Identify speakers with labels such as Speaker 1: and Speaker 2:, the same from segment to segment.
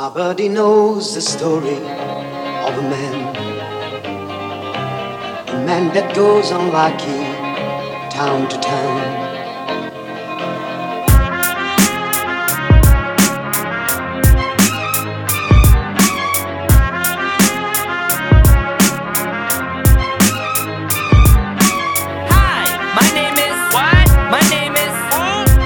Speaker 1: Nobody knows the story of a man. A man that goes unlucky town to town.
Speaker 2: Hi, my name is what? My name is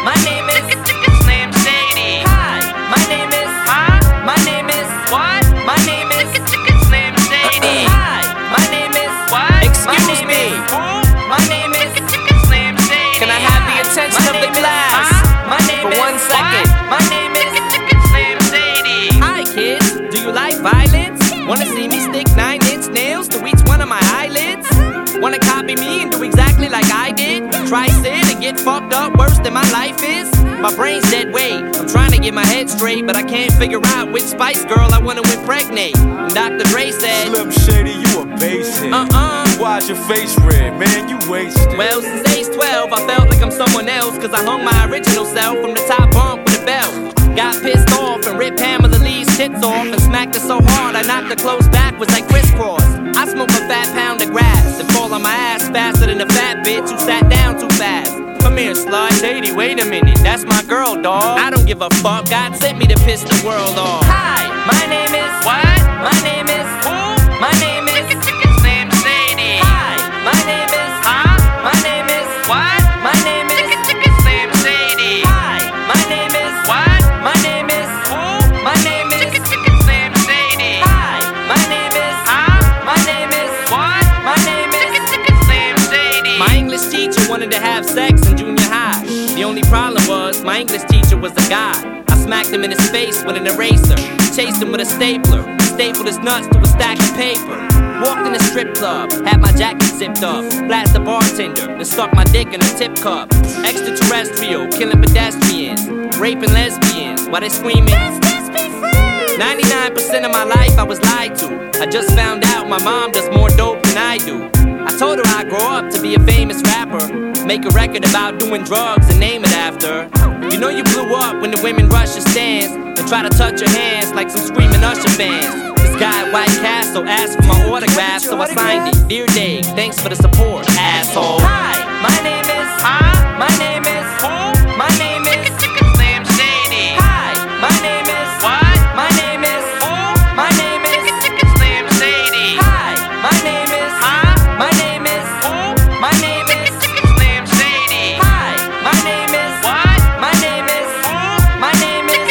Speaker 2: My name is Slam Shady. Hi, my name is huh? My name is what? My name is Slam Shady. Hi, my name is what? Excuse me. My name is Slam Shady. Can I have the attention of the class? My name for one second. My name is Slam Shady. Hi, kids. Do you like violence? Wanna see me stick nine inch nails to each one of my eyelids? Wanna copy me and do exactly like I did? Try sin and get fucked up worse than my life is? My brain's dead weight. I'm trying to get my head straight, but I can't figure out which Spice Girl I wanna impregnate. And Dr. Dre said,
Speaker 3: Slim Shady, you a basic.
Speaker 2: Uh-uh.
Speaker 3: Why's your face red, man? You wasted.
Speaker 2: Well, since age 12, I felt like I'm someone else. Cause I hung my original self from the top bunk with a belt. Got pissed off and ripped Pamela Lee's tits off and smacked her so hard I knocked her clothes backwards like crisscross. I smoked a fat pound of grass and fall on my ass faster than a fat bitch who sat down too fast. Come here, slut. Shady, wait a minute. That's my girl, dawg. I don't give a fuck. God sent me to piss the world off. Hi, my name is. What? My name is. Who? My name is. Slim Shady. Hi, my name is. Huh? My name is. What? My name is. Slim Shady. Hi, my name is. What? My name is. Who? My name is. Slim Shady. Hi, my name is. Huh? My name is. What? My name is. Slim Shady. My English teacher wanted to have sex in junior high. The only problem was my English teacher was a guy. I smacked him in his face with an eraser, chased him with a stapler, stapled his nuts to a stack of paper. Walked in a strip club, had my jacket zipped up, flashed the bartender, and stuck my dick in a tip cup. Extraterrestrial, killing pedestrians, raping lesbians while they screaming. 99% of my life I was lied to. I just found out my mom does more dope than I do. I told her I'd grow up to be a famous rapper, make a record about doing drugs and name it after. You know you blew up when the women rush your stands and try to touch your hands like some screaming Usher fans. This guy at White Castle asked for my autograph, so I signed it. Dear Dave, thanks for the support, asshole. Hi, my name is. Hi, my name is. Who? My name is. Slim Shady. Hi, my name is. What? My name is. Who? My name is. Slim Shady. Hi, my name is. Huh? My name is. Who? My name is. Slim Shady. Hi, my name is. What? My name is. Who? My name is.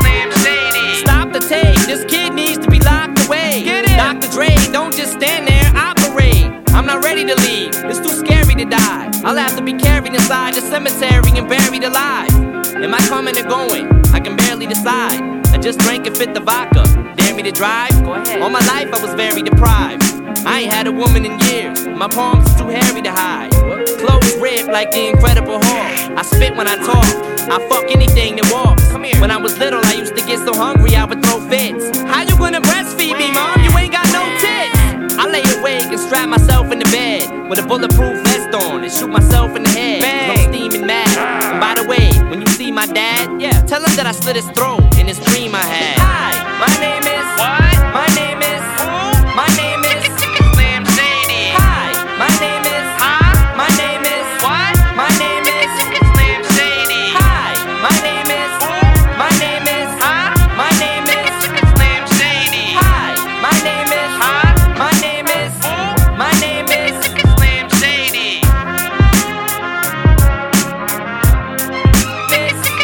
Speaker 2: Slim Shady. Stop the tape. This kid needs to be locked away. Get it. Dr. Dre, don't just stand there, operate. I'm not ready to leave. It's too scary to die. I'll have to be carried inside the cemetery and buried alive. Am I coming or going? I can barely decide. I just drank and fit the vodka. Dare me to drive? Go ahead. All my life I was very deprived. I ain't had a woman in years. My palms is too hairy to hide. Clothes ripped like the Incredible Hulk. I spit when I talk. I fuck anything that walks. Come here. When I was little, I used to get so hungry I would throw fits. How you gonna breastfeed me, mom? You ain't got no tits. I lay awake and strap myself in the bed with a bulletproof vest on and shoot myself in the head. 'cause I'm steaming mad. And by the way, when you see my dad, yeah, tell him that I slit his throat in his dream I had. Hi, my name is what? My name is who? My name is Slim Shady. Hi, my name is huh? My name is what? My name is Slim Shady. Hi, my name is who? My name is huh? My name is Slim Shady. Hi, my name is huh? My name is who? My name is Slim Shady. It's Slim Shady.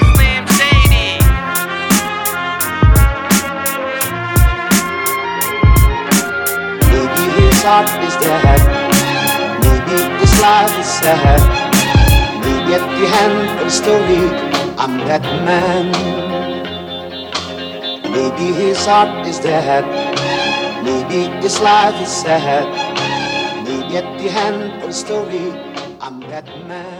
Speaker 1: Maybe his heart is dead. Maybe his life is sad. Maybe at the end of the story, I'm that man. Maybe his heart is dead. Maybe his life is sad. Maybe at the end of the story, I'm that man.